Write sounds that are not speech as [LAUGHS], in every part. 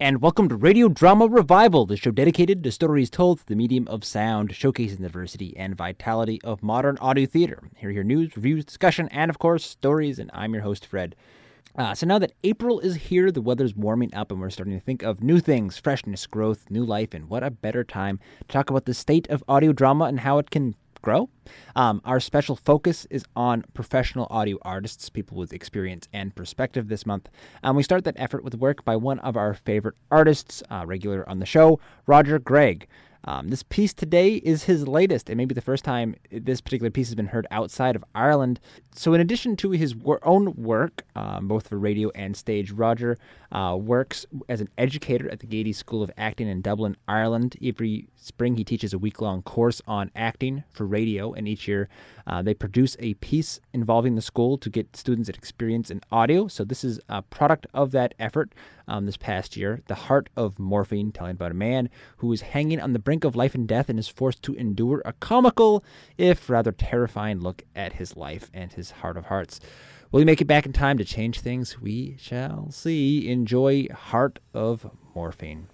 and welcome to Radio Drama Revival, the show dedicated to stories told through the medium of sound, showcasing the diversity and vitality of modern audio theater. Here, your news, reviews, discussion, and of course, stories. And I'm your host, Fred. Uh, so now that April is here, the weather's warming up, and we're starting to think of new things, freshness, growth, new life, and what a better time to talk about the state of audio drama and how it can grow. Um, our special focus is on professional audio artists, people with experience and perspective this month. And we start that effort with work by one of our favorite artists, uh, regular on the show, Roger Gregg. Um, this piece today is his latest, and maybe the first time this particular piece has been heard outside of Ireland. So, in addition to his wor- own work, um, both for radio and stage, Roger uh, works as an educator at the Gaiety School of Acting in Dublin, Ireland. Every spring, he teaches a week long course on acting for radio, and each year uh, they produce a piece involving the school to get students an experience in audio. So, this is a product of that effort um, this past year The Heart of Morphine, telling about a man who is hanging on the brink of life and death and is forced to endure a comical, if rather terrifying, look at his life and his heart of hearts. Will he make it back in time to change things? We shall see. Enjoy Heart of Morphine.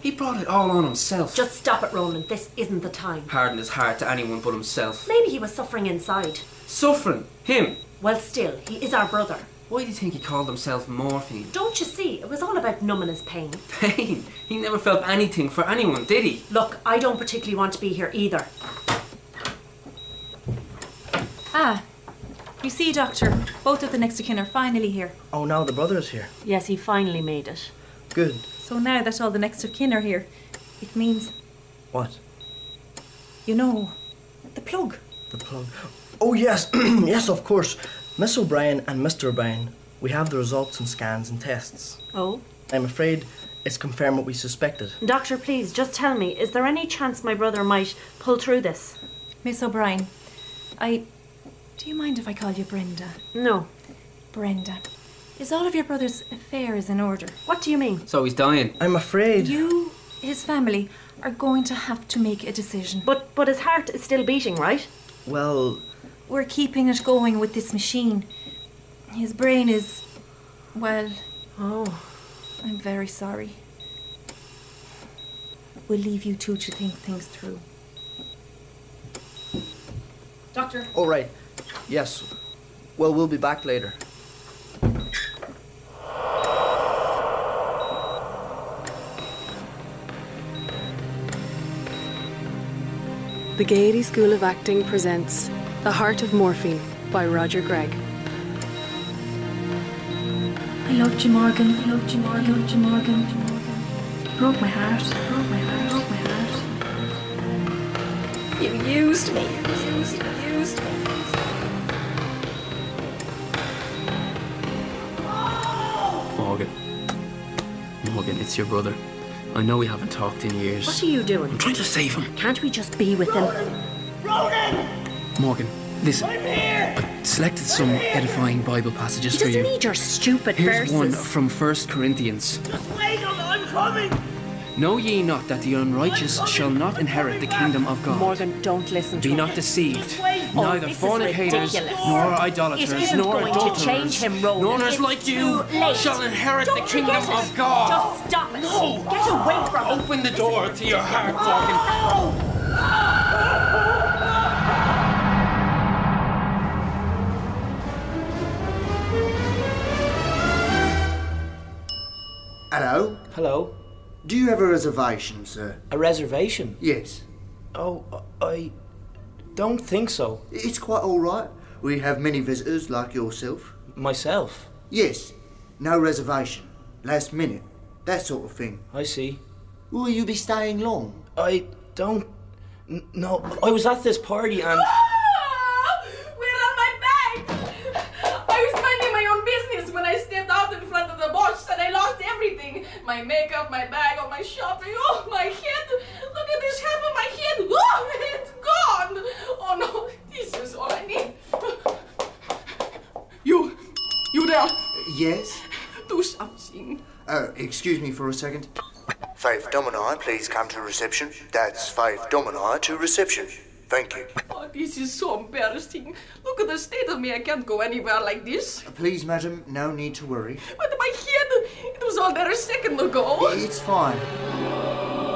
He brought it all on himself. Just stop it, Roland. This isn't the time. Hardened his heart to anyone but himself. Maybe he was suffering inside. Suffering. Him. Well, still, he is our brother. Why do you think he called himself Morphine? Don't you see? It was all about numbing [LAUGHS] his pain. Pain. He never felt anything for anyone, did he? Look, I don't particularly want to be here either. Ah, you see, Doctor, both of the next of kin are finally here. Oh, now the brother's here. Yes, he finally made it. Good. So now that all the next of kin are here, it means, What? you know, the plug. The plug. Oh, yes, [CLEARS THROAT] yes, of course. Miss O'Brien and Mr. O'Brien, we have the results and scans and tests. Oh? I'm afraid it's confirmed what we suspected. Doctor, please, just tell me, is there any chance my brother might pull through this? Miss O'Brien, I. Do you mind if I call you Brenda? No. Brenda, is all of your brother's affairs in order? What do you mean? So he's dying. I'm afraid. You, his family, are going to have to make a decision. But but his heart is still beating, right? Well, We're keeping it going with this machine. His brain is. well, Oh. I'm very sorry. We'll leave you two to think things through. Doctor. all right. Yes. Well, we'll be back later. The Gaiety School of Acting presents The Heart of Morphine by Roger Gregg. I loved you, Morgan. I loved you, Morgan. I loved you, Morgan. Broke my heart. Broke my heart. Broke my heart. You used me. You used me. You used me. Morgan. Morgan, it's your brother. I know we haven't talked in years. What are you doing? I'm trying to save him. Can't we just be with him? Morgan, listen. I'm here. I've selected some edifying Bible passages He for you. doesn't need your stupid Here's verses. one from 1 Corinthians. Wait, I'm, I'm coming! Know ye not that the unrighteous shall not inherit the kingdom of God? Morgan, don't listen to Be him. not deceived. Oh, Neither this is fornicators, ridiculous. nor It idolaters, isn't nor going to adulterers, change him, Roland. nor sinners It's like you too late. shall inherit Don't the you kingdom get it? of God. Just stop it. No. Get away from Oh, him. Open the door to your heart, Morgan. Hello. Hello. Do you have a reservation, sir? A reservation? Yes. Oh, I don't think so. It's quite all right. We have many visitors like yourself. Myself. Yes. No reservation. Last minute. That sort of thing. I see. Will you be staying long? I don't. n- No, I was at this party [LAUGHS] and. Where are my bags? I was minding my own [LAUGHS] business when I stepped out in front of the box and I lost everything. My makeup, my bag, all my shopping, oh, my head. Look at this half of my head. Oh, it's gone. Oh no, this is all I need. You, you there, Yes. do something. Oh, excuse me for a second. Faith Domini, please come to reception. That's Faith Domini to reception. Thank you. Oh This is so embarrassing. Look at the state of me. I can't go anywhere like this. Please, madam, no need to worry. But my head, it was all there a second ago. It's fine.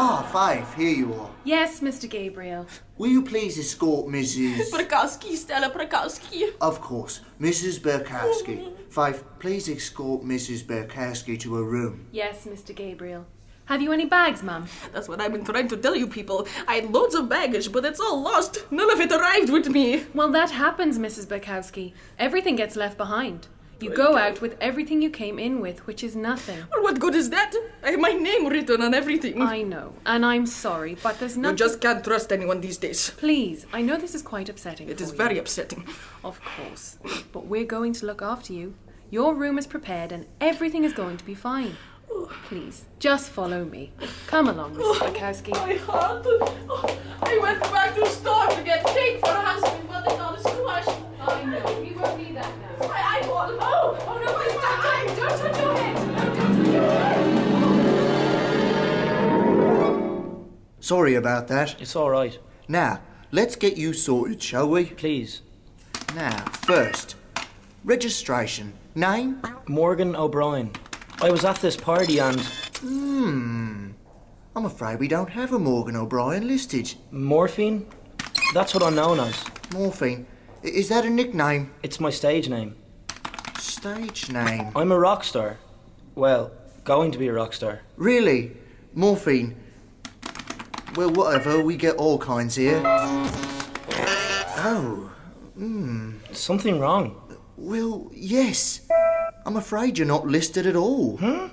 Ah, Faith, here you are. Yes, Mr. Gabriel. Will you please escort Mrs. Prakowski, Stella Prakowski. Of course, Mrs. Berkowski. Faith, please escort Mrs. Berkowski to her room. Yes, Mr. Gabriel. Have you any bags, Mum? That's what I've been trying to tell you people. I had loads of baggage, but it's all lost. None of it arrived with me. Well, that happens, Mrs. Bekowski. Everything gets left behind. You go out with everything you came in with, which is nothing. Well, what good is that? I have my name written on everything. I know, and I'm sorry, but there's You nothing. just can't trust anyone these days. Please, I know this is quite upsetting. It is very upsetting. Of course. But we're going to look after you. Your room is prepared and everything is going to be fine. Please, just follow me. Come along, Mrs. Bakowski. My heart. Oh, I went back to store to get cake for husband, but it all is crushed. I know. Oh, We won't need that now. My eyeball. Oh, oh no, it's my eye. Don't touch your head. Sorry about that. It's all right. Now, let's get you sorted, shall we? Please. Now, first, registration. Name? Morgan O'Brien. I was at this party and. Hmm. I'm afraid we don't have a Morgan O'Brien listed. Morphine? That's what I'm known as. Morphine? Is that a nickname? It's my stage name. Stage name? I'm a rock star. Well, going to be a rock star. Really? Morphine? Well, whatever, we get all kinds here. Oh. Hmm. Something wrong. Well, yes. I'm afraid you're not listed at all. Hmm?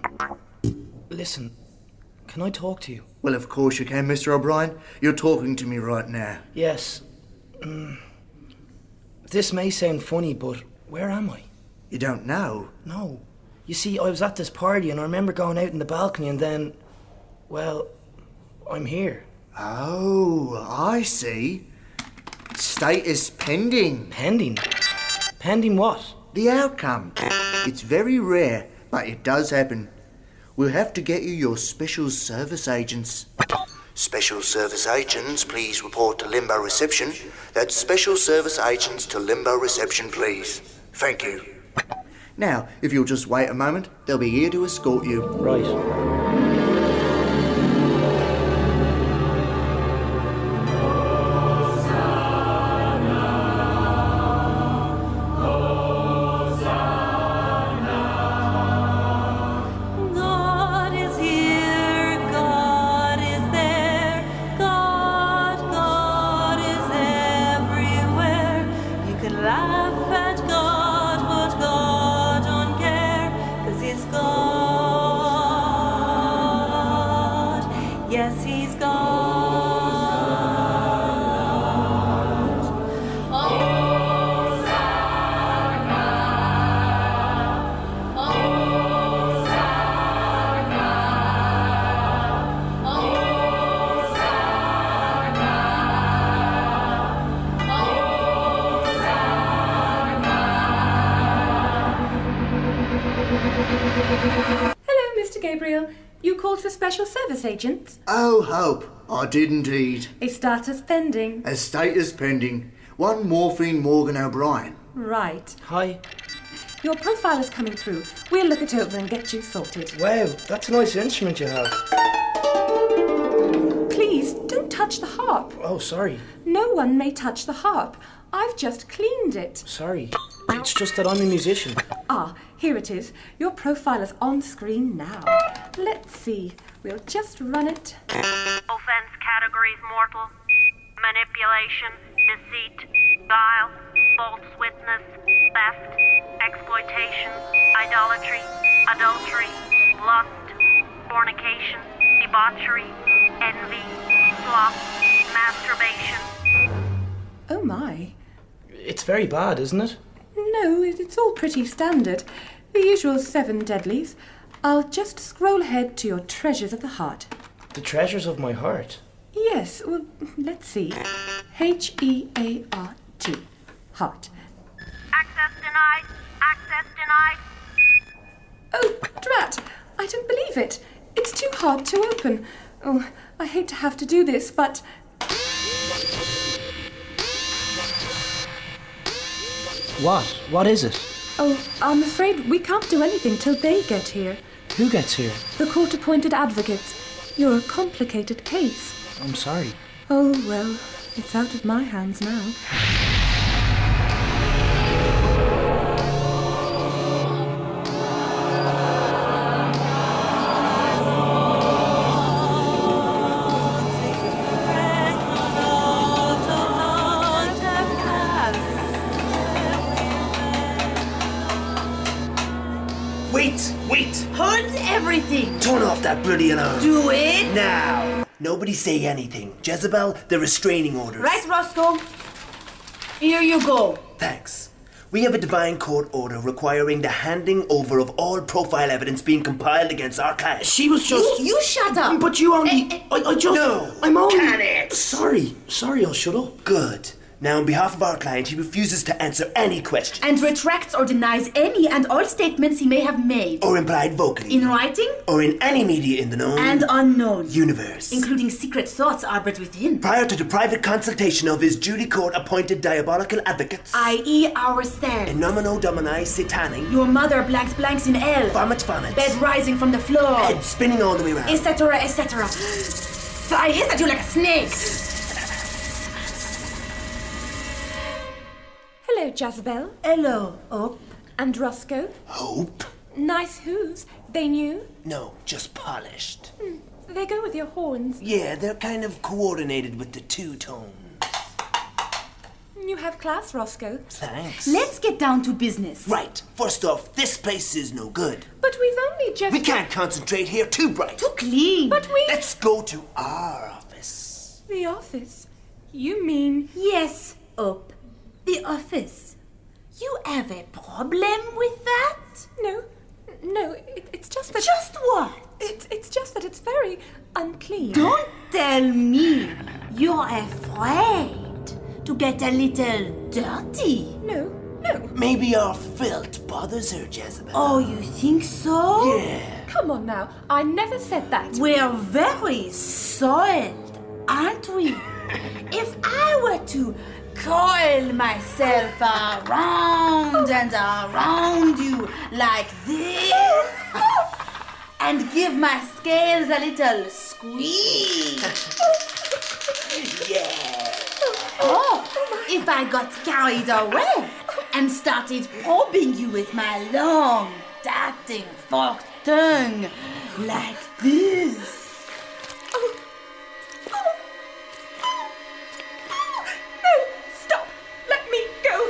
Listen, can I talk to you? Well, of course you can, Mr. O'Brien. You're talking to me right now. Yes. Mm. This may sound funny, but where am I? You don't know? No. You see, I was at this party and I remember going out in the balcony and then. Well, I'm here. Oh, I see. Status pending. Pending? Pending what? The outcome. It's very rare, but it does happen. We'll have to get you your special service agents. Special service agents, please report to Limbo Reception. That's special service agents to Limbo Reception, please. Thank you. Now, if you'll just wait a moment, they'll be here to escort you. Right. God is here, God is there, God, God is everywhere. You can laugh at God, but God don't care, cause He's God. Yes, He's God. Hello, Mr. Gabriel. You called for special service agents? Oh, Hope, I did indeed. A status pending. A status pending. One morphine Morgan O'Brien. Right. Hi. Your profile is coming through. We'll look it over and get you sorted. Wow, that's a nice instrument you have. Please don't touch the harp. Oh, sorry. No one may touch the harp. I've just cleaned it. Sorry. It's just that I'm a musician. Ah, here it is. Your profile is on screen now. Let's see. We'll just run it. Offense categories mortal, manipulation, deceit, guile, false witness, theft, exploitation, idolatry, adultery, lust, fornication, debauchery, envy, sloth, masturbation. Oh my. It's very bad, isn't it? No, it- it's all pretty standard. The usual seven deadlies. I'll just scroll ahead to your treasures of the heart. The treasures of my heart. Yes, well, let's see. H E A R T. Heart. Access denied. Access denied. Oh, drat! I don't believe it. It's too hard to open. Oh, I hate to have to do this, but. What? What is it? Oh, I'm afraid we can't do anything till they get here. Who gets here? The court appointed advocates. You're a complicated case. I'm sorry. Oh, well, it's out of my hands now. Wait, wait! Hold everything! Turn off that bloody alarm! Do it. Now! Nobody say anything. Jezebel, the restraining orders. Right, Roscoe? Here you go. Thanks. We have a divine court order requiring the handing over of all profile evidence being compiled against our client. She was just. You shut up! Eh, But you only. I, I just. No! I'm only. Can it! Sorry. Sorry, I'll shut up. Good. Now, on behalf of our client, he refuses to answer any question. And retracts or denies any and all statements he may have made. Or implied vocally. In writing? or in any media in the Oh, known And unknown. universe. Including secret thoughts harbored within. Prior to the private consultation of his duty court appointed diabolical advocates. I.e. E, our stand. In nomino domini satani. Your mother blanks blanks in L. Vomit vomit. Bed rising from the floor. Head spinning all the way round. Etc. Etc. I hiss at you like a snake. Hello, Jezebel. Hello, Op. And Roscoe. Hope? Nice hooves. They knew. No, just polished. They go with your horns. Yeah, they're kind of coordinated with the two tone. You have class, Roscoe. Thanks. Let's get down to business. Right, first off, this place is no good. But we've only just. We can't concentrate here, too bright. Too clean. But we. Let's go to our office. The office. You mean. Yes, Op. The office. You have a problem with that? No. No, it, it's just that. Just what? It's, it's just that it's very unclean. Don't tell me you're afraid to get a little dirty. No, no. Maybe our filth bothers her, Jezebel. Oh, you think so? Yeah. Come on now. I never said that. We're very soiled, aren't [LAUGHS] we? if I were to coil myself around and around you like this [LAUGHS] and give my scales a little squeeze. Yeah. Oh, if I got carried away and started probing you with my long, darting, forked tongue like this. No, stop. Let me go.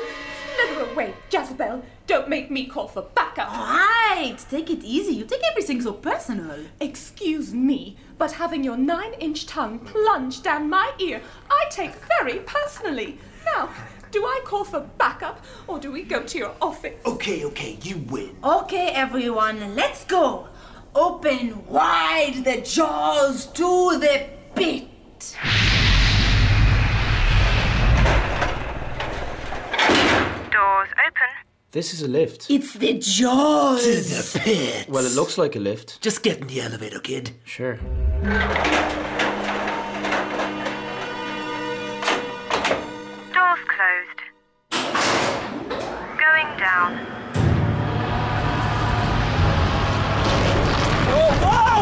Slither away, Jezebel. Don't make me call for backup. Right, take it easy. You take everything so personal. Excuse me, but having your nine inch tongue plunge down my ear, I take very personally. Now, do I call for backup or do we go to your office? Okay, okay, you win. Okay, everyone, let's go. Open wide the jaws to the pit. Doors open. This is a lift. It's the jaws. To the pit. Well, it looks like a lift. Just get in the elevator, kid. Sure. Doors closed. Going down. Oh, whoa!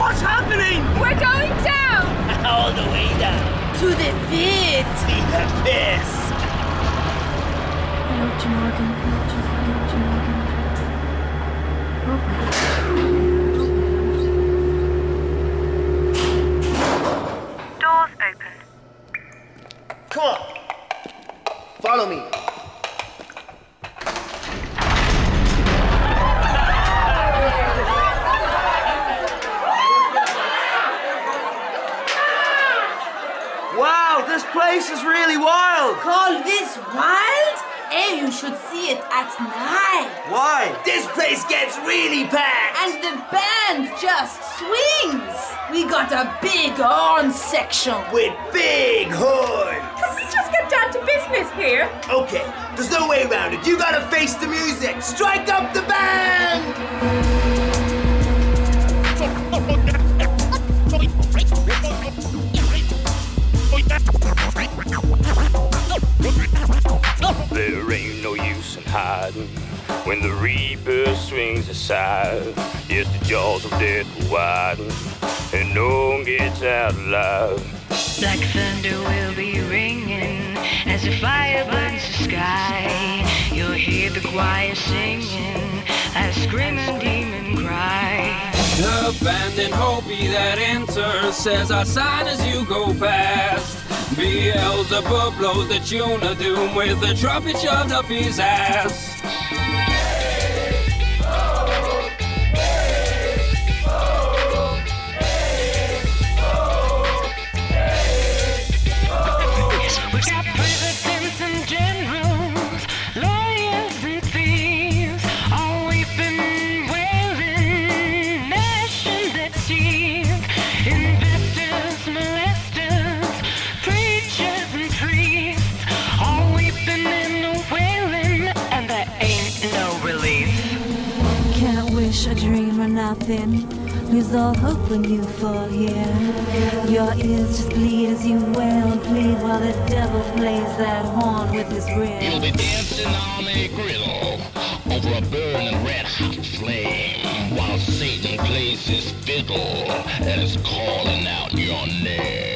What's happening? We're going [LAUGHS] down! All the way down. To the pit. To the piss. Doors open. Come on. Follow me. Wow, this place is really wild. Call this wild? Eh, you should see it at night. Why? This place gets really packed. And the band just swings. We got a big horn section. With big horns. Can we just get down to business here? Okay, there's no way around it. You gotta face the music. Strike up the band. place of hiding. When the reaper swings aside, yes, the jaws of death will widen, and no one gets out alive. Black thunder will be ringing as the fire burns the sky. You'll hear the choir singing a screaming demon cry. Abandoned Hopi that enters says our sign as you go past. Beelzebub blows the tune of doom with the trumpet shoved up his ass. We got presidents and generals, lawyers and thieves, all weeping, wailing, gnashing their teeth. Investors, molesters, preachers and priests, all weeping and wailing, and there ain't no relief. Can't wish a dream or nothing. Lose all hope when you fall here. Your ears just bleed as you wail and plead while the devil plays that horn with his ring. You'll be dancing on a griddle over a burning red hot flame while Satan plays his fiddle and is calling out your name.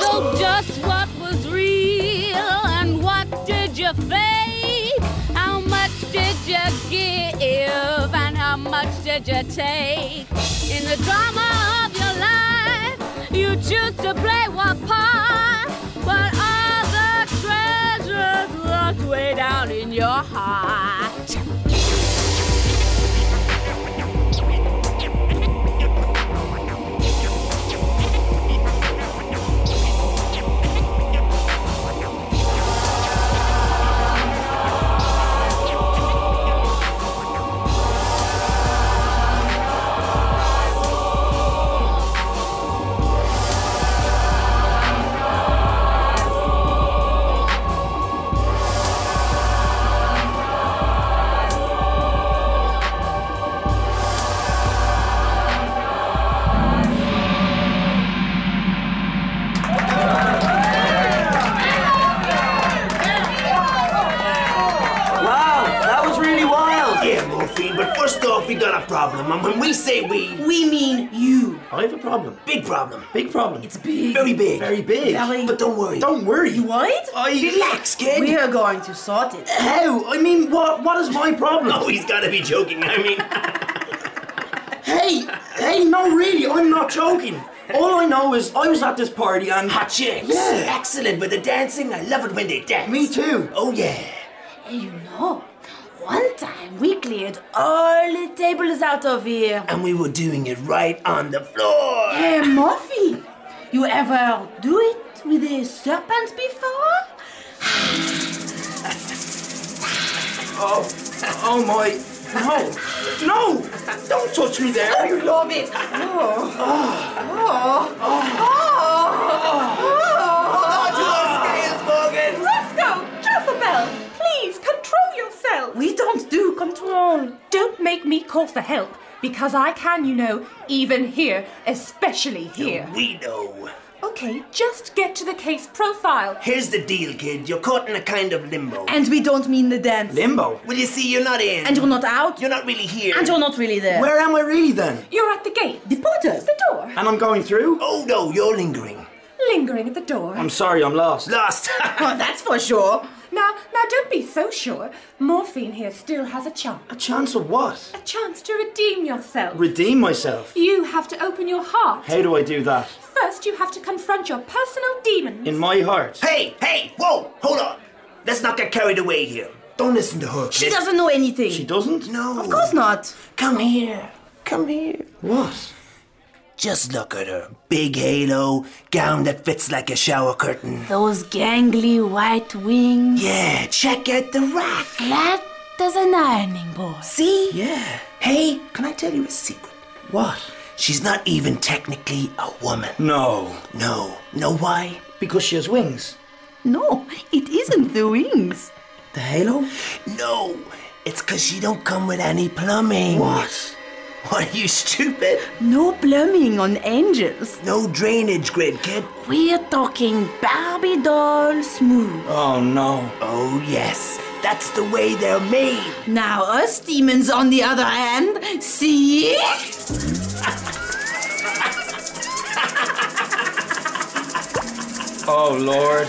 So just what was real and what did you fake? How much did you give and how much did you take? In the drama of your life, you choose to play one part, but all the treasures locked way down in your heart. Wow, that was really wild. Yeah, Morphine, but first off, we got a problem. And when we say we, We mean you. I have a problem. Big problem. Big problem. It's big. Very big. Very big. But don't worry. Don't worry. You worried? I- Relax, kid. We are going to sort it. How? I mean, what? What is my problem? oh, he's got to be joking. I mean, Hey, hey, no, really, I'm not joking. All I know is I was at this party and. Hot chicks. Yeah. excellent with the dancing. I love it when they dance. Me too. Oh yeah. Hey, Eh, you know, one time we cleared all the tables out of here. And we were doing it right on the floor. Hey, Morphy, you ever do it with a serpent before? Oh, oh my. No, no! Don't touch me there. you love it. Oh. Oh. Roscoe, Jezebel, please control yourself. We don't do control. Don't make me call for help, because I can, you know, even here, especially here. We know. Okay, just get to the case profile. Here's the deal, kid. You're caught in a kind of limbo. And we don't mean the dance. Limbo? Well, you see, you're not in. And you're not out. You're not really here. And you're not really there. Where am I really then? You're at the gate. The porter. The door. And I'm going through? Oh no, you're lingering. Lingering at the door. [LAUGHS] Oh, I'm sorry, I'm lost. Lost! that's for sure. Now, now, don't be so sure. Morphine here still has a chance. A chance of what? A chance to redeem yourself. Redeem myself. You have to open your heart. How do I do that? First, you have to confront your personal demon. In my heart. Hey, hey, whoa, hold on. Let's not get carried away here. Don't listen to her. She doesn't know anything. She doesn't? No. Of course not. Come here. Come here. What? Just look at her. Big halo, gown that fits like a shower curtain. Those gangly white wings. Yeah, check out the rack. Flat as an ironing board. See? Yeah. Hey, can I tell you a secret? What? She's not even technically a woman. No. No. Know why? Because she has wings. No, it isn't the wings. The halo? No, it's because she don't come with any plumbing. What? What are you stupid? No plumbing on angels. No drainage grid, kid. We're talking Barbie doll smooth. Oh no. Oh yes, that's the way they're made. Now, us demons, on the other hand, see? Oh lord.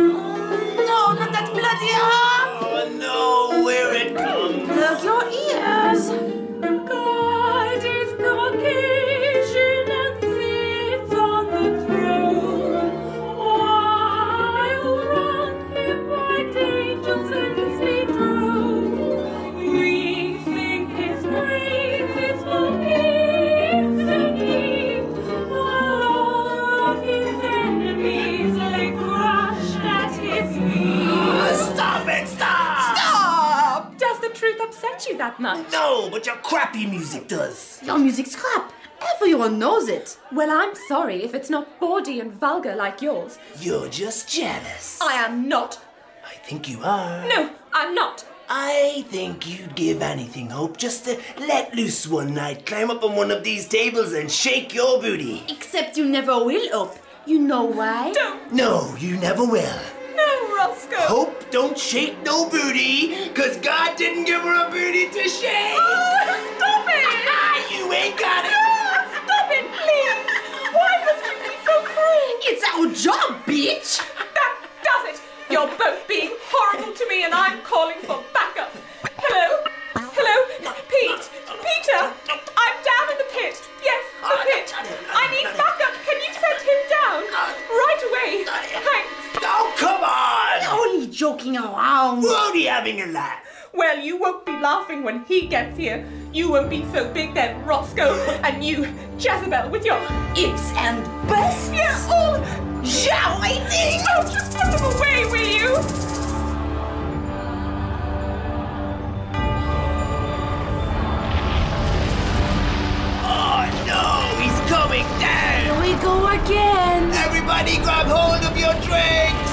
No, not that bloody arm! Oh no, where it comes. Look, your ears! God is convocation and sits on the throne. While round him white angels and his throne. We sing his praises for kings and kings. While all of his enemies lay crushed at his feet. Stop it! Stop! Stop! Does the truth upset you that much? No, but your crappy music does. Your music's crap. Everyone knows it. Well, I'm sorry if it's not bawdy and vulgar like yours. You're just jealous. I am not. I think you are. No, I'm not. I think you'd give anything, Hope, just to let loose one night, climb up on one of these tables and shake your booty. Except you never will up. You know why? Don't. No, you never will. No, Roscoe. Hope Oh, don't shake no booty, cause God didn't give her a booty [LAUGHS] to shake. Oh, stop it! Ah, you ain't got it. Stop it, please! Why must you be so cruel? It's our job, bitch! That does it! You're both being horrible to me, and I'm calling for backup. Hello? Hello? Pete? Peter? I'm down in the pit. Yes, the pit. I need backup. Can you send him down? Right away. Thanks. Uh, Oh, come on! Only joking around. Won't he having a laugh? Well, you won't be laughing when he gets here. You won't be so big then, Roscoe. And you, Jezebel, with your ifs and buts. Yeah, all shouting. Won't you put them away, will you? Oh no, he's coming down! Here we go again. Everybody grab hold of your drinks!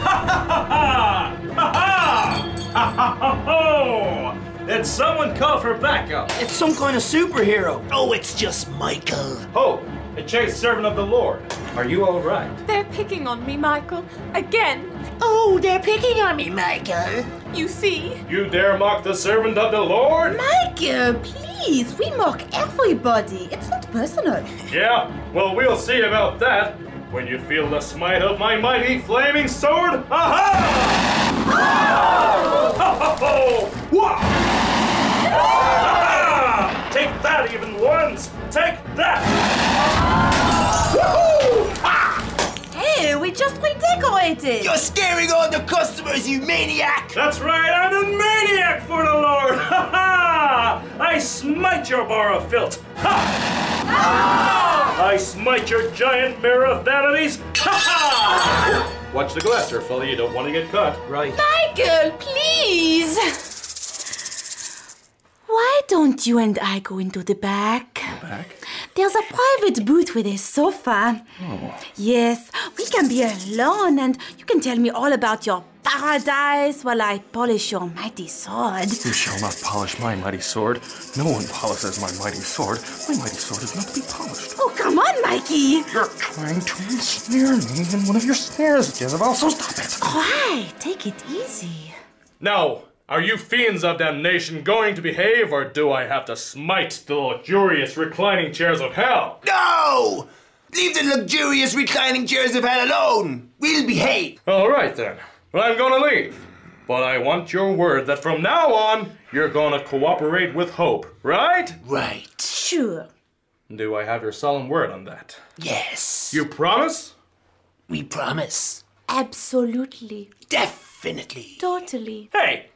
[LAUGHS] Did someone call for backup? It's some kind of superhero. Oh, it's just Michael. Hope, Oh, a chaste servant of the Lord. Are you all right? They're picking on me, Michael. Again. Oh, they're picking on me, Michael. You see? You dare mock the servant of the Lord? Michael, please, we mock everybody. It's not personal. Yeah, well, we'll see about that when you feel the smite of my mighty flaming sword. Aha! Ho, ho, ho! Wah! Ah! Take that, even ones! Take that! Woohoo! Hey, we just redecorated. You're scaring all the customers, you maniac! That's right, I'm a maniac for the Lord! [LAUGHS] Ha ha! I smite your bar of filth! Ha! I smite your giant mirror of vanities! Ha ha! Watch the glass, there, fella, you don't want to get cut. Right. Michael, please. Why don't you and I go into the back? Back? There's a private booth with a sofa. Oh. Yes, we can be alone and you can tell me all about your paradise while I polish your mighty sword. You shall not polish my mighty sword. No one polishes my mighty sword. My mighty sword is not to be polished. Oh, come on, Mikey. You're trying to ensnare me in one of your snares, Jezebel, so stop it. Why? Take it easy. Now, are you fiends of damnation going to behave, or do I have to smite the luxurious reclining chairs of hell? No! Leave the luxurious reclining chairs of hell alone! We'll behave! All right then. Well, I'm gonna leave. But I want your word that from now on, you're gonna cooperate with Hope, right? Right. Sure. Do I have your solemn word on that? Yes. You promise? We promise. Absolutely. Definitely. Totally. Hey,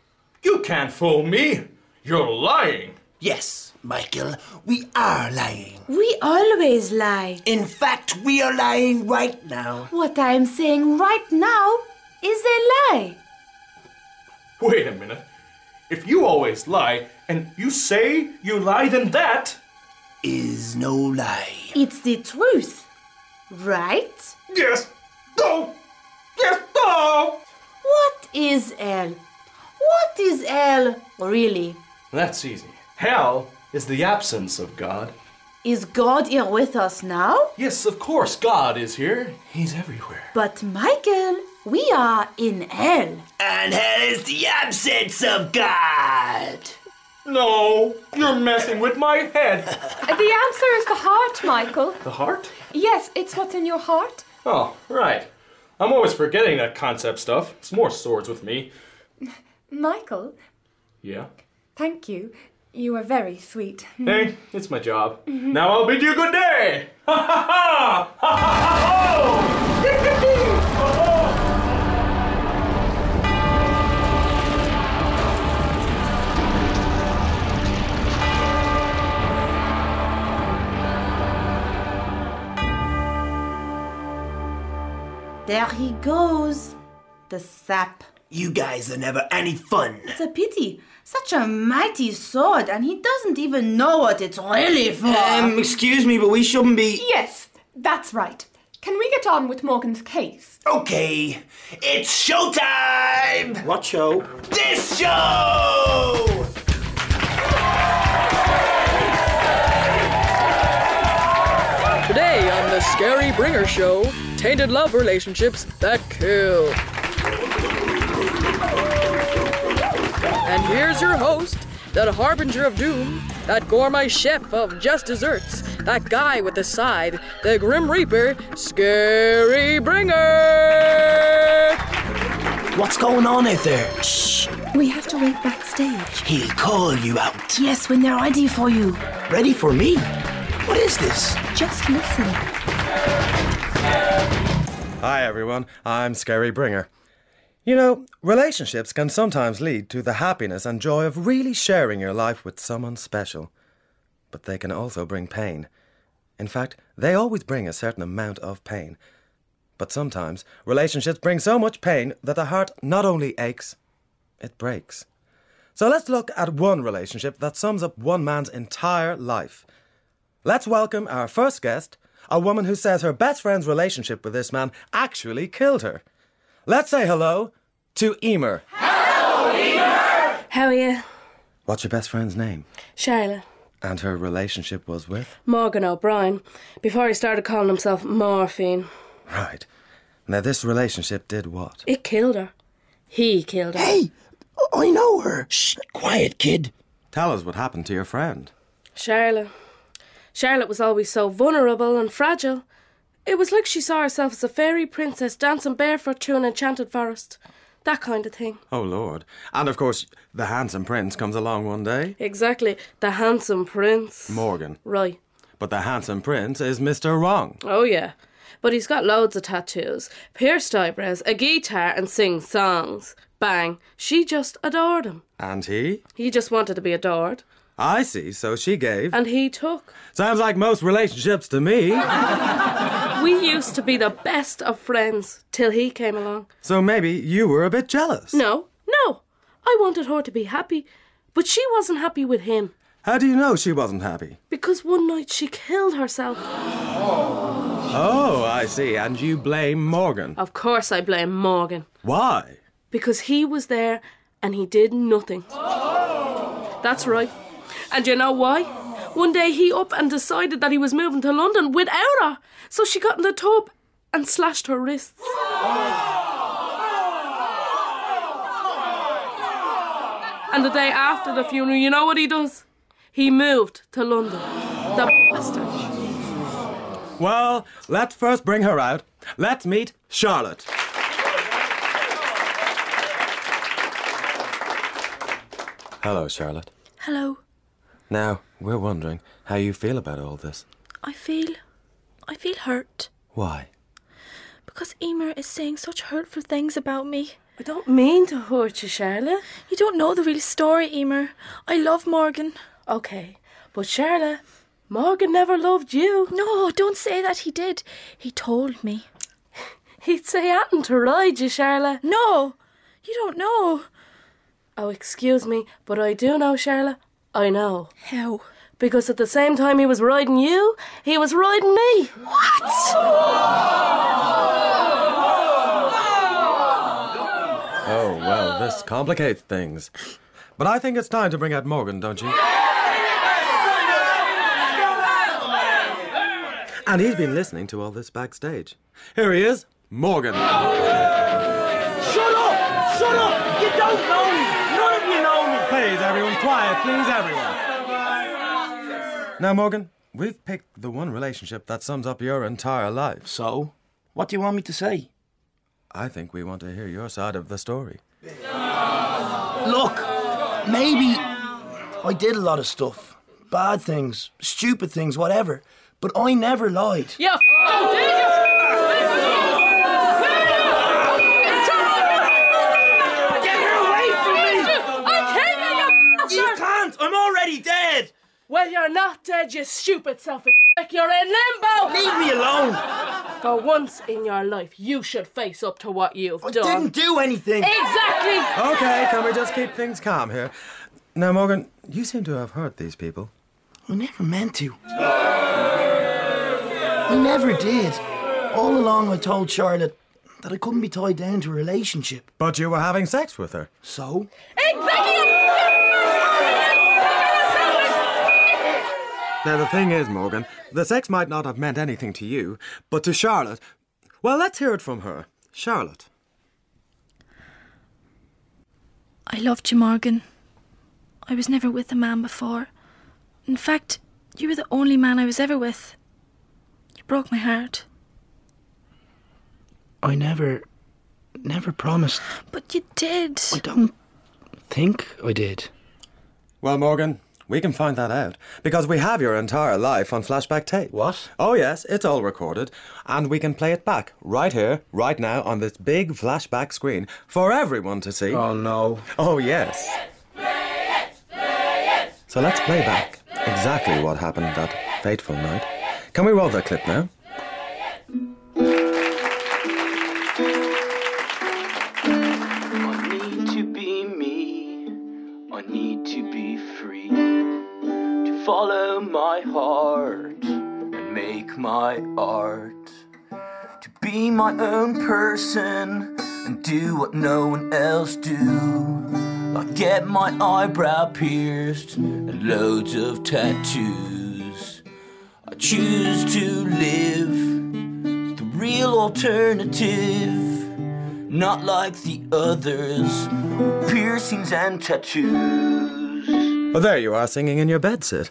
you can't fool me. You're lying. Yes, Michael, we are lying. We always lie. In fact, we are lying right now. What I'm saying right now is a lie. Wait a minute. If you always lie, and you say you lie, then that is no lie. It's the truth. Right? Yes. No. Yes, no. What is L? What is L really? That's easy. Hell is the absence of God. Is God here with us now? Yes, of course, God is here. He's everywhere. But Michael, we are in hell. And hell is the absence of God. No, you're messing with my head. The answer is the heart, Michael. The heart? Yes, it's what's in your heart. Oh, right. I'm always forgetting that concept stuff. It's more swords with me. Michael, Yeah. thank you. You are very sweet. Mm-hmm. Hey, it's my job. Now I'll bid you good day. Ha ha ha! Ha ha ha! Oh! There he goes. The sap. You guys are never any fun. It's a pity. Such a mighty sword, and he doesn't even know what it's really for. Um, excuse me, but we shouldn't be. Yes, that's right. Can we get on with Morgan's case? Okay, it's showtime! What show? This show! Today on the Scary Bringer Show, tainted love relationships that kill. And here's your host, that harbinger of doom, that gourmet chef of just desserts, that guy with the scythe, the grim reaper, Scary Bringer! What's going on out there? Shh, We have to wait backstage. he'll call you out. Yes, when they're ready for you. Ready for me? What is this? Just listen. Hi everyone, I'm Scary Bringer. You know, relationships can sometimes lead to the happiness and joy of really sharing your life with someone special. But they can also bring pain. In fact, they always bring a certain amount of pain. But sometimes, relationships bring so much pain that the heart not only aches, it breaks. So let's look at one relationship that sums up one man's entire life. Let's welcome our first guest, a woman who says her best friend's relationship with this man actually killed her. Let's say hello to Emer. How are you? What's your best friend's name? Shyla. And her relationship was with? Morgan O'Brien. Before he started calling himself Morphine, Right. Now, this relationship did what? it killed her. He killed her. Hey! I know her. Shh, quiet, kid. Tell us what happened to your friend. Charlotte. Charlotte was always so vulnerable and fragile. It was like she saw herself as a fairy princess dancing barefoot through an enchanted forest. That kind of thing. Oh, Lord. And of course, the handsome prince comes along one day. Exactly. The handsome prince. Morgan. Right. But the handsome prince is Mr. Wrong. Oh, yeah. But he's got loads of tattoos, pierced eyebrows, a guitar, and sings songs. Bang. She just adored him. And he? He just wanted to be adored. I see, so she gave. And he took. Sounds like most relationships [LAUGHS] to me. We used to be the best of friends till he came along. so maybe you were a bit jealous. No, no. I wanted her to be happy, but she wasn't happy with him How do you know she wasn't happy? because one night she killed herself. Oh, I see, and you blame Morgan. Of course, I blame Morgan Why? because he was there and he did nothing. That's right. And you know why? One day he up and decided that he was moving to London without her, so she got in the tub and slashed her wrists. And the day after the funeral, you know what he does? He moved to London. The bastard. Well, let's first bring her out. Let's meet Charlotte. Hello, Charlotte. Hello. Now, we're wondering how you feel about all this. I feel. I feel hurt Why? because Emer is saying such hurtful things about me. I don't mean to hurt you, Charlotte. You don't know the real story, Emer. I love Morgan. Okay, but Charla, Morgan never loved you. No, don't say that he did. He told me. He'd say happen to ride you, Charla. No, you don't know. Oh, excuse me, but I do know, Charla. I know. How? Because at the same time he was riding you, he was riding me. Oh, well, this complicates things. But I think it's time to bring out Morgan, don't you? And he's been listening to all this backstage. Here he is, Morgan. Shut up! Shut up! You don't know me! None of you know me! Please, everyone, quiet, please, everyone. Now, Morgan, we've picked the one relationship that sums up your entire life. So? What do you want me to say? I think we want to hear your side of the story. Look, maybe I did a lot of stuff. Bad things, stupid things, whatever. But I never lied. Yeah. Oh, Get her away from me! I'm killing you! You can't! I'm already dead! Well, you're not dead, you stupid selfish. Like you're in limbo. Leave me alone. For once in your life, you should face up to what you've done. didn't do anything. Exactly. Okay, can we just keep things calm here? Now, Morgan, you seem to have hurt these people. I never meant to. I never did. All along, I told Charlotte that I couldn't be tied down to a relationship. But you were having sex with her. So? Now, the thing is, Morgan, the sex might not have meant anything to you, but to Charlotte. Well, let's hear it from her. Charlotte. I loved you, Morgan. I was never with a man before. In fact, you were the only man I was ever with. You broke my heart. I never, never promised. But you did. I don't think I did. Well, Morgan, we can find that out because we have your entire life on flashback tape. What? Oh, yes, it's all recorded, and we can play it back right here, right now, on this big flashback screen for everyone to see. Oh, no. Oh, yes. So let's play back exactly what happened that fateful night. Can we roll that clip now? I need to be me. I need to be free. To follow my heart and make my art. To be my own person and do what no one else do. Like get my eyebrow pierced and loads of tattoos. I choose to live the real alternative not like the others. Piercings and tattoos. Well, Oh, there you are singing in your bed, Sid.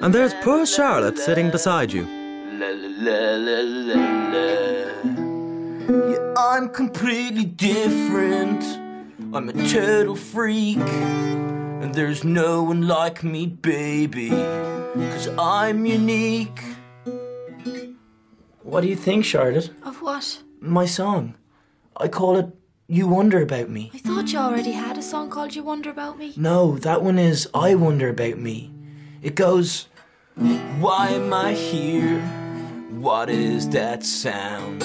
And there's poor Charlotte sitting beside you. La la la la la. Yeah, I'm completely different. I'm a total freak. And there's no one like me, baby. Cause I'm unique. What do you think, Charlotte? Of what? My song. I call it You Wonder About Me. I thought you already had a song called You Wonder About Me. No, that one is I Wonder About Me. It goes. Why am I here? What is that sound?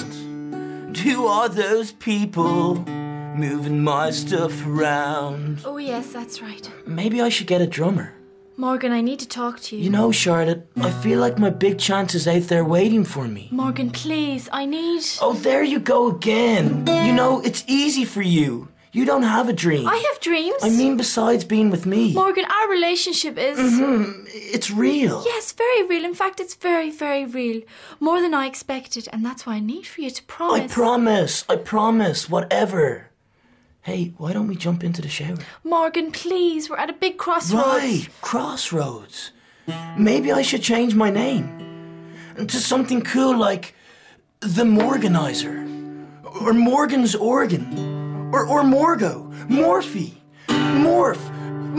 And who are those people moving my stuff around? Oh, yes, that's right. Maybe I should get a drummer. Morgan, I need to talk to you. You know, Charlotte, I feel like my big chance is out there waiting for me. Morgan, please, I need. Oh, there you go again. You know, it's easy for you. You don't have a dream. I have dreams. I mean, besides being with me. Morgan, our relationship is. Mhm, It's real. Yes, very real. In fact, it's very, very real. More than I expected, and that's why I need for you to I promise. promise. I promise. Whatever. Hey, why don't we jump into the shower? Morgan, please, we're at a big crossroads. Right, Crossroads. Maybe I should change my name to something cool like the Morganizer, or Morgan's Organ, or, or Morgo, Morphe, Morph,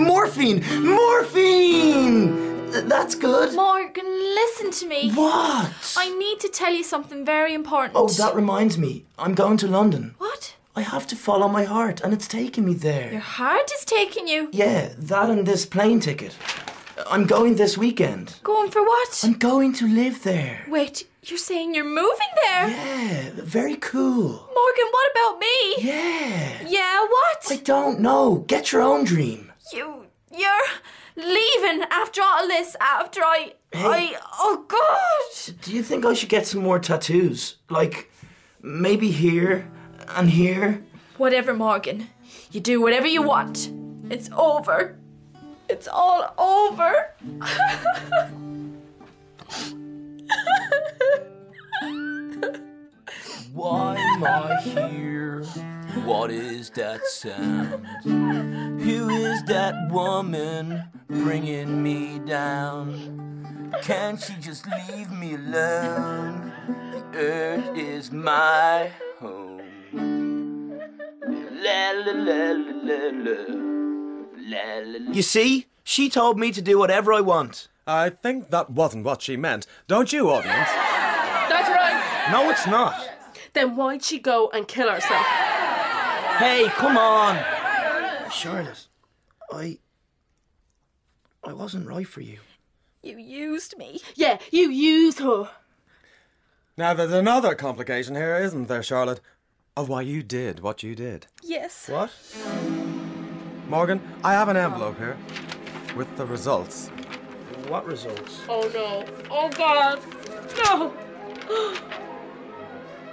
Morphine, Morphine! Th- That's good. Morgan, listen to me. What? I need to tell you something very important. Oh, that reminds me, I'm going to London. What? I have to follow my heart, and it's taking me there. Your heart is taking you. Yeah, that and this plane ticket. I'm going this weekend. Going for what? I'm going to live there. Wait, you're saying you're moving there? Yeah, very cool. Morgan, what about me? Yeah. Yeah, what? I don't know. Get your own dream. You you're leaving after all this after I I oh god. Do you think I should get some more tattoos? Like, maybe here and here? Whatever, Morgan. You do whatever you want. It's over. It's all over. Why am I here? What is that sound? Who is that woman bringing me down? Can't she just leave me alone? The earth is my home. La la la la la la. la, la. You see, she told me to do whatever I want. I think that wasn't what she meant, don't you, audience? That's right. No, it's not. Then why'd she go and kill herself? Hey, come on. Charlotte, I. I wasn't right for you. You used me. Yeah, you use her. Now, there's another complication here, isn't there, Charlotte? Of why you did what you did. Yes. What? Morgan, I have an envelope here with the results. What results? Oh no. Oh god. No.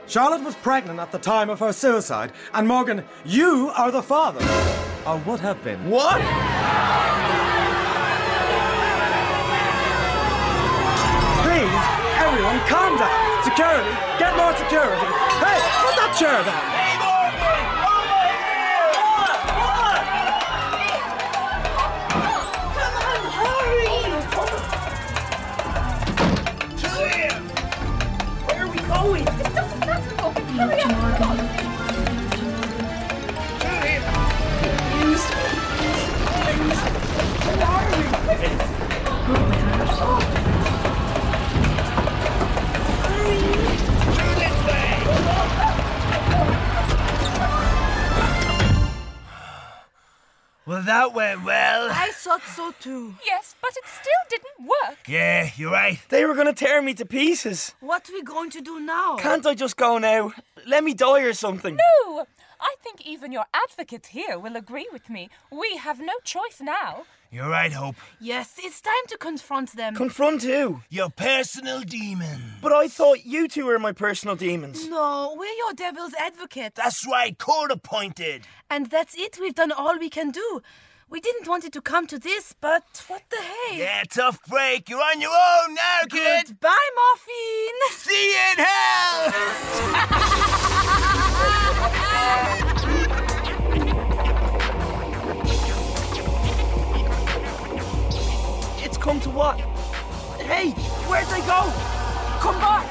Charlotte was pregnant at the time of her suicide, and Morgan, you are the father. Or would have been. What? Please, everyone, calm down. Security, get more security. Hey, put that chair down. Where are we going? It doesn't matter. Oh, hurry up. Well, that went well. I thought so too. Yes, but it still didn't work. Yeah, you're right. They were gonna tear me to pieces. What are we going to do now? Can't I just go now? Let me die or something. Oh. No! I think even your advocate here will agree with me. We have no choice now. You're right, Hope. Yes, it's time to confront them. Confront who? Your personal demon. But I thought you two were my personal demons. No, we're your devil's advocates. That's right, court appointed. And that's it. We've done all we can do. We didn't want it to come to this, but what the hey? Yeah, tough break. You're on your own now, kid. Goodbye, morphine. See you in hell. It's come to what? Hey, where'd they go? Come back!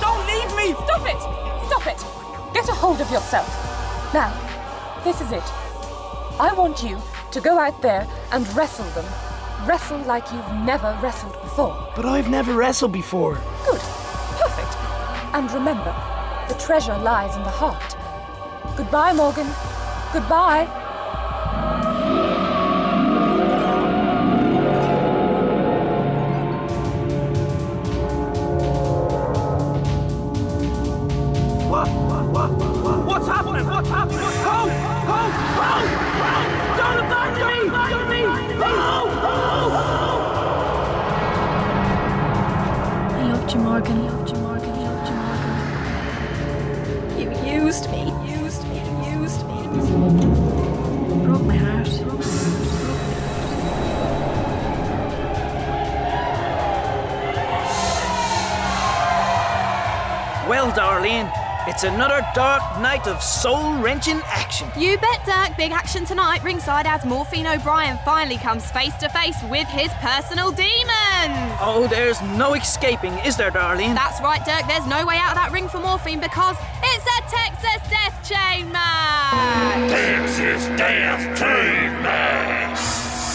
Don't leave me! Stop it! Stop it! Get a hold of yourself. Now, this is it. I want you to go out there and wrestle them. Wrestle like you've never wrestled before. But I've never wrestled before. Perfect. And remember, the treasure lies in the heart. Goodbye, Morgan. Goodbye. What? What? What? What? What's happening? What's happening? Help! Help! Help! Help! Don't abandon me! Don't me! Help! Help! I loved you, Morgan. Loved you, Morgan. Loved you, Morgan. You used me. Used me. Used me. Broke my heart. Well, Darlene, it's another dark night of soul wrenching action. You bet, Dirk. Big action tonight, ringside as Morphine O'Brien finally comes face to face with his personal demons. Oh, there's no escaping, is there, Darlene? That's right, Dirk. There's no way out of that ring for Morphine because it's a Texas Death Chain match. Texas Death Chain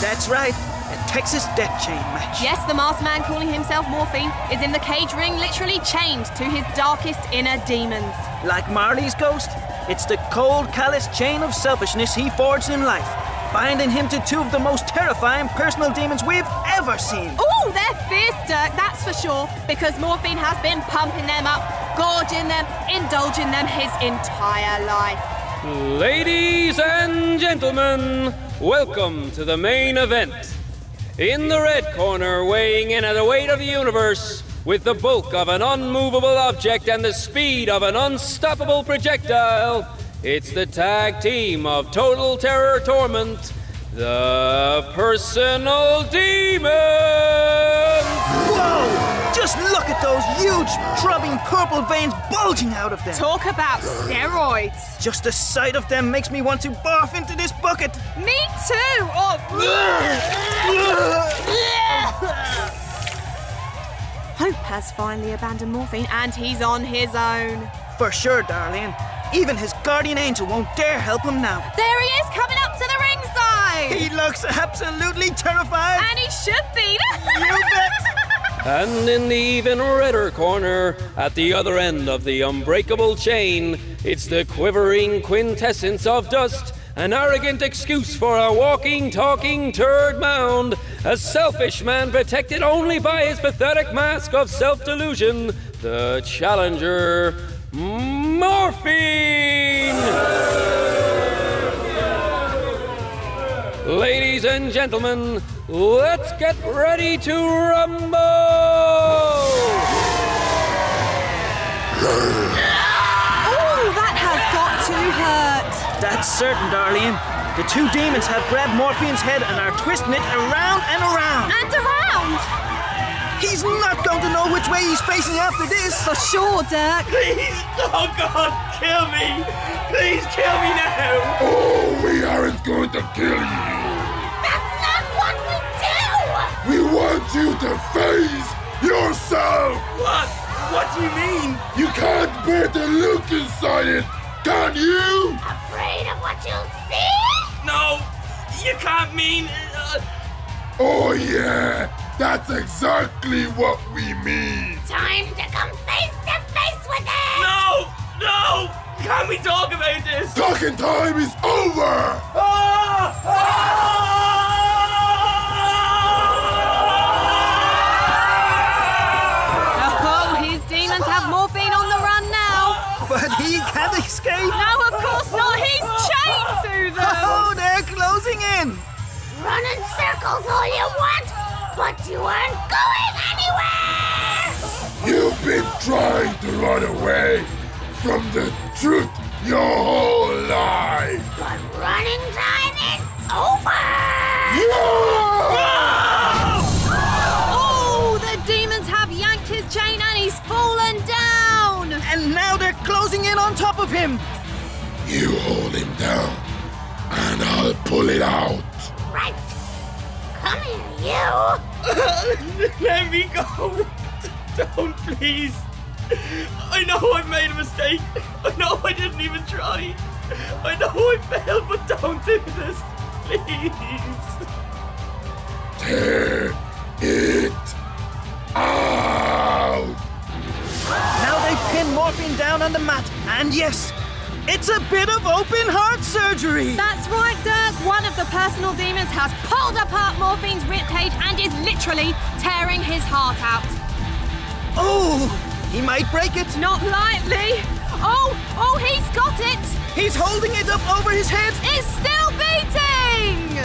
That's right, a Texas Death Chain match. Yes, the masked man calling himself Morphine is in the cage ring, literally chained to his darkest inner demons. Like Marley's ghost, it's the cold, callous chain of selfishness he forged in life. binding him to two of the most terrifying personal demons we've ever seen. Oh, they're fierce, Dirk, that's for sure, because morphine has been pumping them up, gorging them, indulging them his entire life. Ladies and gentlemen, welcome to the main event. In the red corner, weighing in at the weight of the universe, with the bulk of an unmovable object and the speed of an unstoppable projectile, it's the tag team of Total Terror Torment, the Personal Demon! Whoa! Oh, Just look at those huge, throbbing purple veins bulging out of them. Talk about steroids. Just the sight of them makes me want to barf into this bucket. Me too! Oh. Hope has finally abandoned morphine and he's on his own. For sure, darling. Even his guardian angel won't dare help him now. There he is coming up to the ringside! He looks absolutely terrified. And he should be! [LAUGHS] You bet. And in the even redder corner, at the other end of the unbreakable chain, it's the quivering quintessence of dust, an arrogant excuse for a walking, talking turd mound, a selfish man protected only by his pathetic mask of self delusion, the challenger, Morphine! Ladies and gentlemen, let's get ready to rumble! Oh, that has got to hurt. That's certain, darling. The two demons have grabbed Morphine's head and are twisting it around and around. And around! He's not going to know which way he's facing after this. For sure, Dirk. Please, oh God, kill me! Please kill me now! Oh, we aren't going to kill you. We want you to face yourself. What? What do you mean? You can't bear the look inside it, can you? Afraid of what you see? No, you can't mean. Uh, Oh yeah, that's exactly what we mean. Time to come face to face with it! No! No! Can we talk about this? Talking time is over. Ah! Oh, his demons have morphine on the run now. But he can't escape. No, of course not. He's chained to them. [LAUGHS] Oh, they're closing in. Run in circles all you want, but you aren't going anywhere! You've been trying to run away from the truth your whole life. But running time is over! Oh, the demons have yanked his chain and he's fallen down. And now they're closing in on top of him. You hold him down, and I'll pull it out. Right! Come here, you! [LAUGHS] Let me go! Don't, please! I know I made a mistake! I know I didn't even try! I know I failed, but don't do this! Please! Tear it out. Now they've pinned Morphine down on the mat. And yes, it's a bit of open heart surgery. That's right, Dirk. One of the personal demons has pulled apart Morphine's ribcage and is literally tearing his heart out. Oh, he might break it. Not lightly. Oh, oh, he's got it. He's holding it up over his head. It's still beating.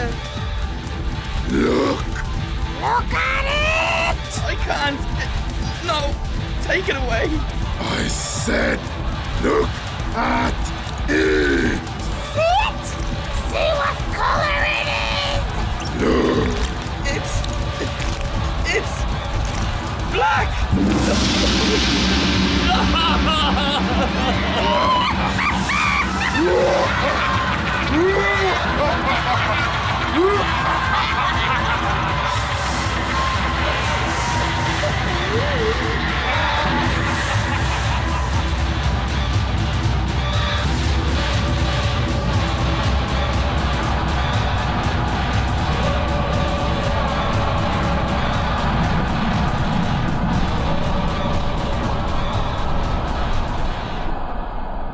Look, Look at it! I can't. No, take it away. I said, look at it. See it? See what color it [GASPS] is? Look, It's. It's. black!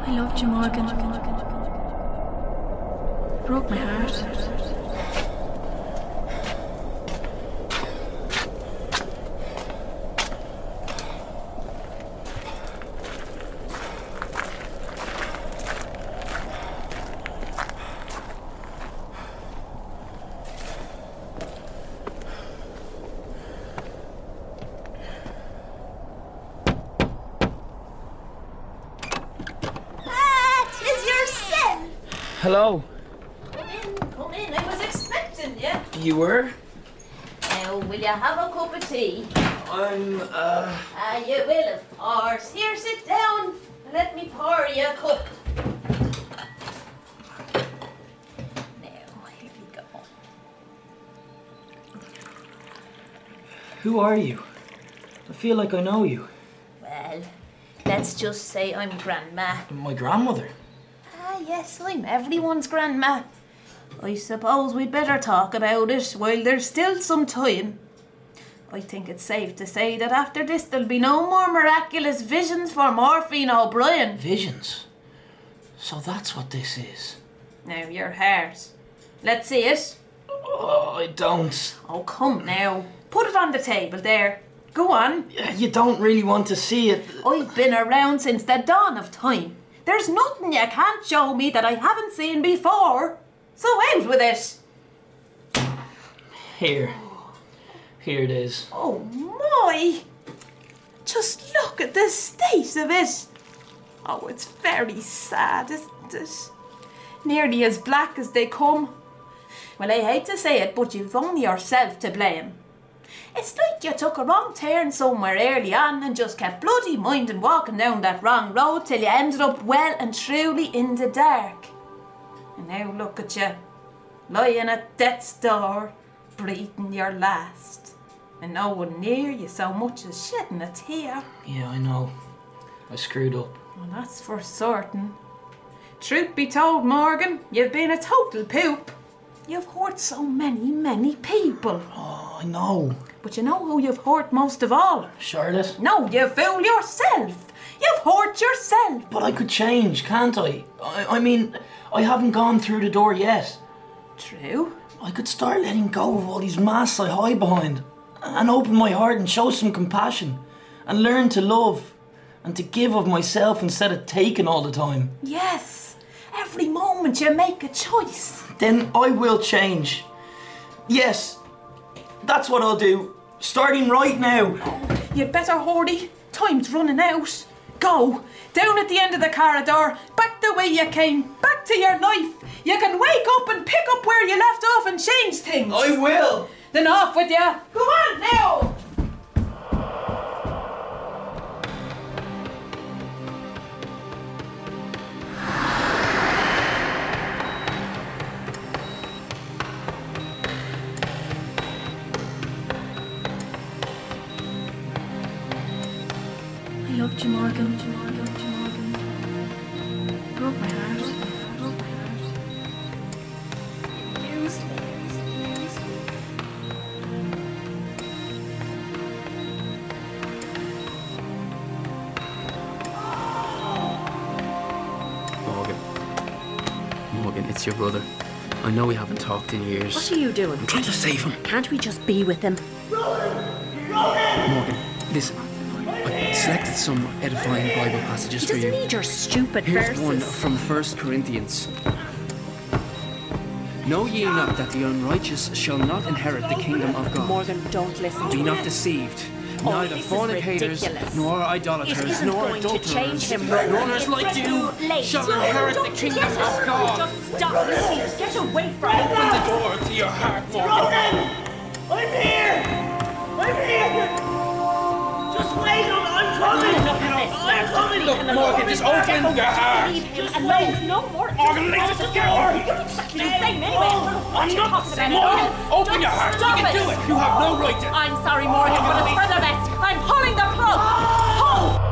I loved you, Morgan. It broke my heart. Hello. Come in, I was expecting you. You were? Now, will you have a cup of tea? I'm, uh. Ah, you will, of course. Here, sit down and let me pour you a cup. Who are you? I feel like I know you. Well, let's just say I'm Grandma. My grandmother. Ah, yes, I'm everyone's Grandma. I suppose we'd better talk about it while there's still some time. I think it's safe to say that after this there'll be no more miraculous visions for Morphine O'Brien. Visions? So that's what this is. Now, your hairs. Let's see it. Oh, I don't. Oh, come now. Put it on the table there. Go on. You don't really want to see it. I've been around since the dawn of time. There's nothing you can't show me that I haven't seen before. So out with it. Here. Here it is. Oh my! Just look at the state of it. Oh, it's very sad, isn't it? Nearly as black as they come. Well, I hate to say it, but you've only yourself to blame. It's like you took a wrong turn somewhere early on and just kept bloody minding walking down that wrong road till you ended up well and truly in the dark. And now look at you, lying at death's door, breathing your last, and no one near you so much as shedding a tear. Yeah, I know. I screwed up. Well, that's for certain. Truth be told, Morgan, you've been a total poop. You've hurt so many, many people. Oh, I know. But you know who you've hurt most of all? Charlotte? No, you fool yourself. You've hurt yourself. But I could change, can't I? I? I mean, I haven't gone through the door yet. True. I could start letting go of all these masks I hide behind and open my heart and show some compassion and learn to love and to give of myself instead of taking all the time. Yes, every moment you make a choice. Then I will change. Yes, that's what I'll do. Starting right now. You'd better hurry. Time's running out. Go down at the end of the corridor, back the way you came, back to your life. You can wake up and pick up where you left off and change things. I will. Then off with you. Go on now. I loved you, Morgan. Morgan. Morgan. Broke my heart. Broke my heart. You used me. used me, used me. Morgan. Morgan, it's your brother. I know we haven't talked in years. What are you doing? I'm trying to save him. Can't we just be with him? Morgan, listen. I selected some edifying Bible passages He for doesn't you. need your stupid Here's verses. one from 1 Corinthians. Know ye not that the unrighteous shall not inherit the kingdom of God? Morgan, don't listen. Be to not him. deceived. Oh, Neither this is fornicators, ridiculous. nor It idolaters, isn't nor going to change adulterers, him, nor Roland. others It's like you too late. shall inherit the Don't kingdom get us. of God. Just stop. Get away from him. Open the door to your heart, Morgan. I'm here! I'm here! Just wait, I'm, I'm coming! I'm coming! Look, Morgan, just open your heart. Just wait! No more Morgan, leave this You say me, well, I'm not Morgan, open your heart. You Stop can it. do it. You have no right to. I'm sorry, Morgan, but it's for the best. I'm pulling the plug. Oh! Pull.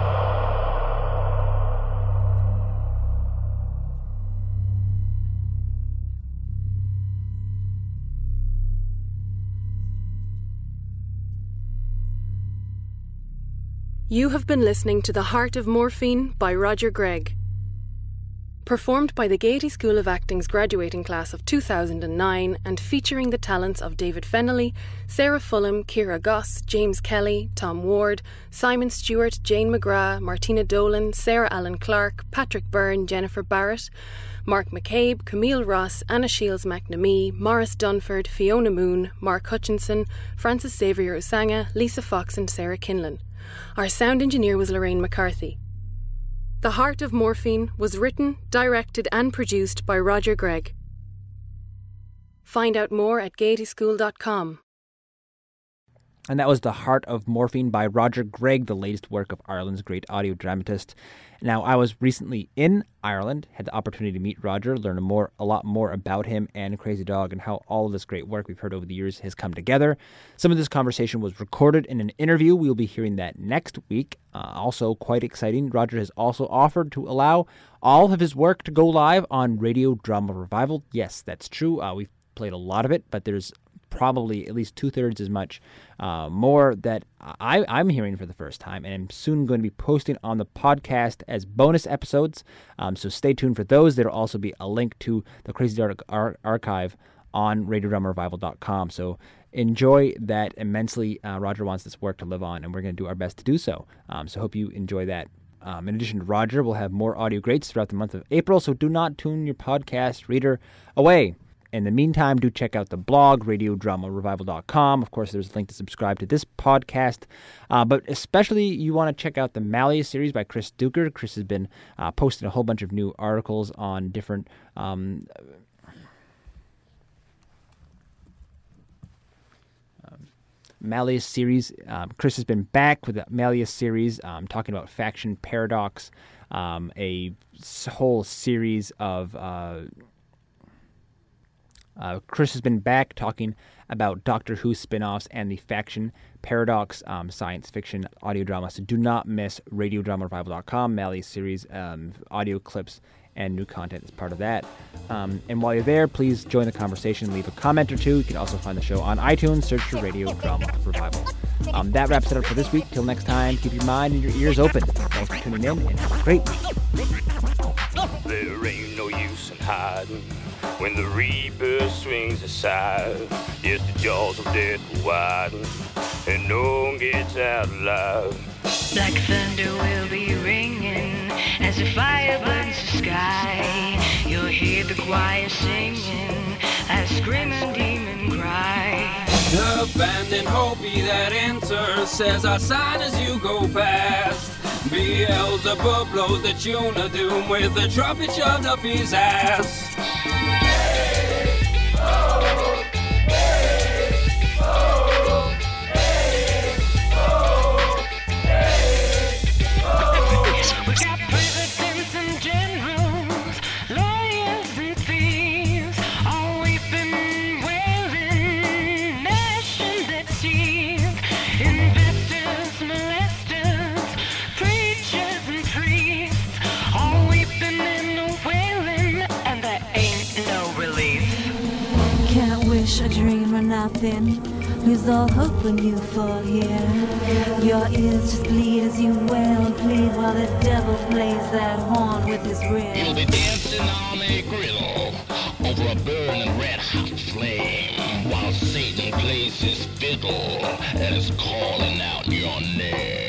You have been listening to The Heart of Morphine by Roger Gregg. Performed by the Gaiety School of Acting's graduating class of 2009 and featuring the talents of David Fennelly, Sarah Fulham, Kira Goss, James Kelly, Tom Ward, Simon Stewart, Jane McGrath, Martina Dolan, Sarah Allen Clark, Patrick Byrne, Jennifer Barrett, Mark McCabe, Camille Ross, Anna Shields McNamee, Morris Dunford, Fiona Moon, Mark Hutchinson, Francis Xavier Usanga, Lisa Fox, and Sarah Kinlan. Our sound engineer was Lorraine McCarthy. The Heart of Morphine was written, directed, and produced by Roger Gregg. Find out more at gaityschool.com. And that was The Heart of Morphine by Roger Gregg, the latest work of Ireland's great audio dramatist. Now, I was recently in Ireland, had the opportunity to meet Roger, learn more, a lot more about him and Crazy Dog, and how all of this great work we've heard over the years has come together. Some of this conversation was recorded in an interview. We will be hearing that next week. Uh, also, quite exciting, Roger has also offered to allow all of his work to go live on Radio Drama Revival. Yes, that's true. Uh, we've played a lot of it, but there's probably at least two thirds as much uh, more that I, I'm hearing for the first time, and I'm soon going to be posting on the podcast as bonus episodes. Um, so stay tuned for those. There'll also be a link to the Crazy Dog Ar- Archive on RadioDrumRevival.com. So enjoy that immensely. Uh, Roger wants this work to live on, and we're going to do our best to do so. Um, so hope you enjoy that. Um, in addition to Roger, we'll have more audio greats throughout the month of April, so do not tune your podcast reader away. In the meantime, do check out the blog, radiodramarevival.com. Of course, there's a link to subscribe to this podcast. Uh, but especially, you want to check out the Malia series by Chris Duker. Chris has been uh, posting a whole bunch of new articles on different. Um, um, Malleus series. Um, Chris has been back with the Malleus series, um, talking about faction paradox, um, a s- whole series of uh, uh, Chris has been back talking about Doctor Who spin offs and the faction paradox um, science fiction audio drama. So do not miss radiodramarevival.com, Mally's series, um, audio clips, and new content as part of that. Um, and while you're there, please join the conversation, leave a comment or two. You can also find the show on iTunes, search for Radio Drama Revival. Um, that wraps it up for this week. Till next time, keep your mind and your ears open. Thanks for tuning in and have a great week. There ain't no use in hiding when the reaper swings aside. Yes, the jaws of death widen, and no one gets out alive. Black thunder will be ringing as the fire burns the sky. You'll hear the choir singing a screaming demon cry. The abandoned Hopi that enters says our sign as you go past. Beelzebub blows the tune of doom with the trumpet shoved up his ass. We got presidents and generals, lawyers and thieves, all weeping, wailing, gnashing their teeth. Investors, molesters, preachers and priests, all weeping and wailing, and there ain't no relief. Can't wish or dream or nothing. Lose all hope when you fall here. Your ears just bleed as you wail and plead while the devil plays that horn with his rear. You'll be dancing on a griddle over a burning red hot flame while Satan plays his fiddle and is calling out your name.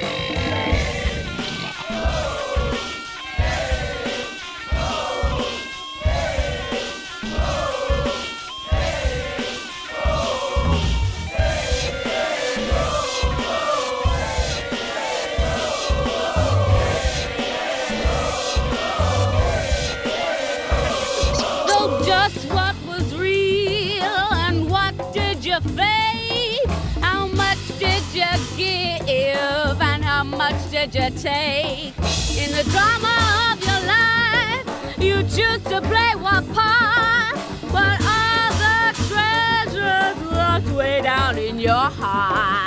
So just what was real and what did you fake? How much did you give and how much did you take? In the drama of your life, you choose to play one part, but all the treasures locked way down in your heart.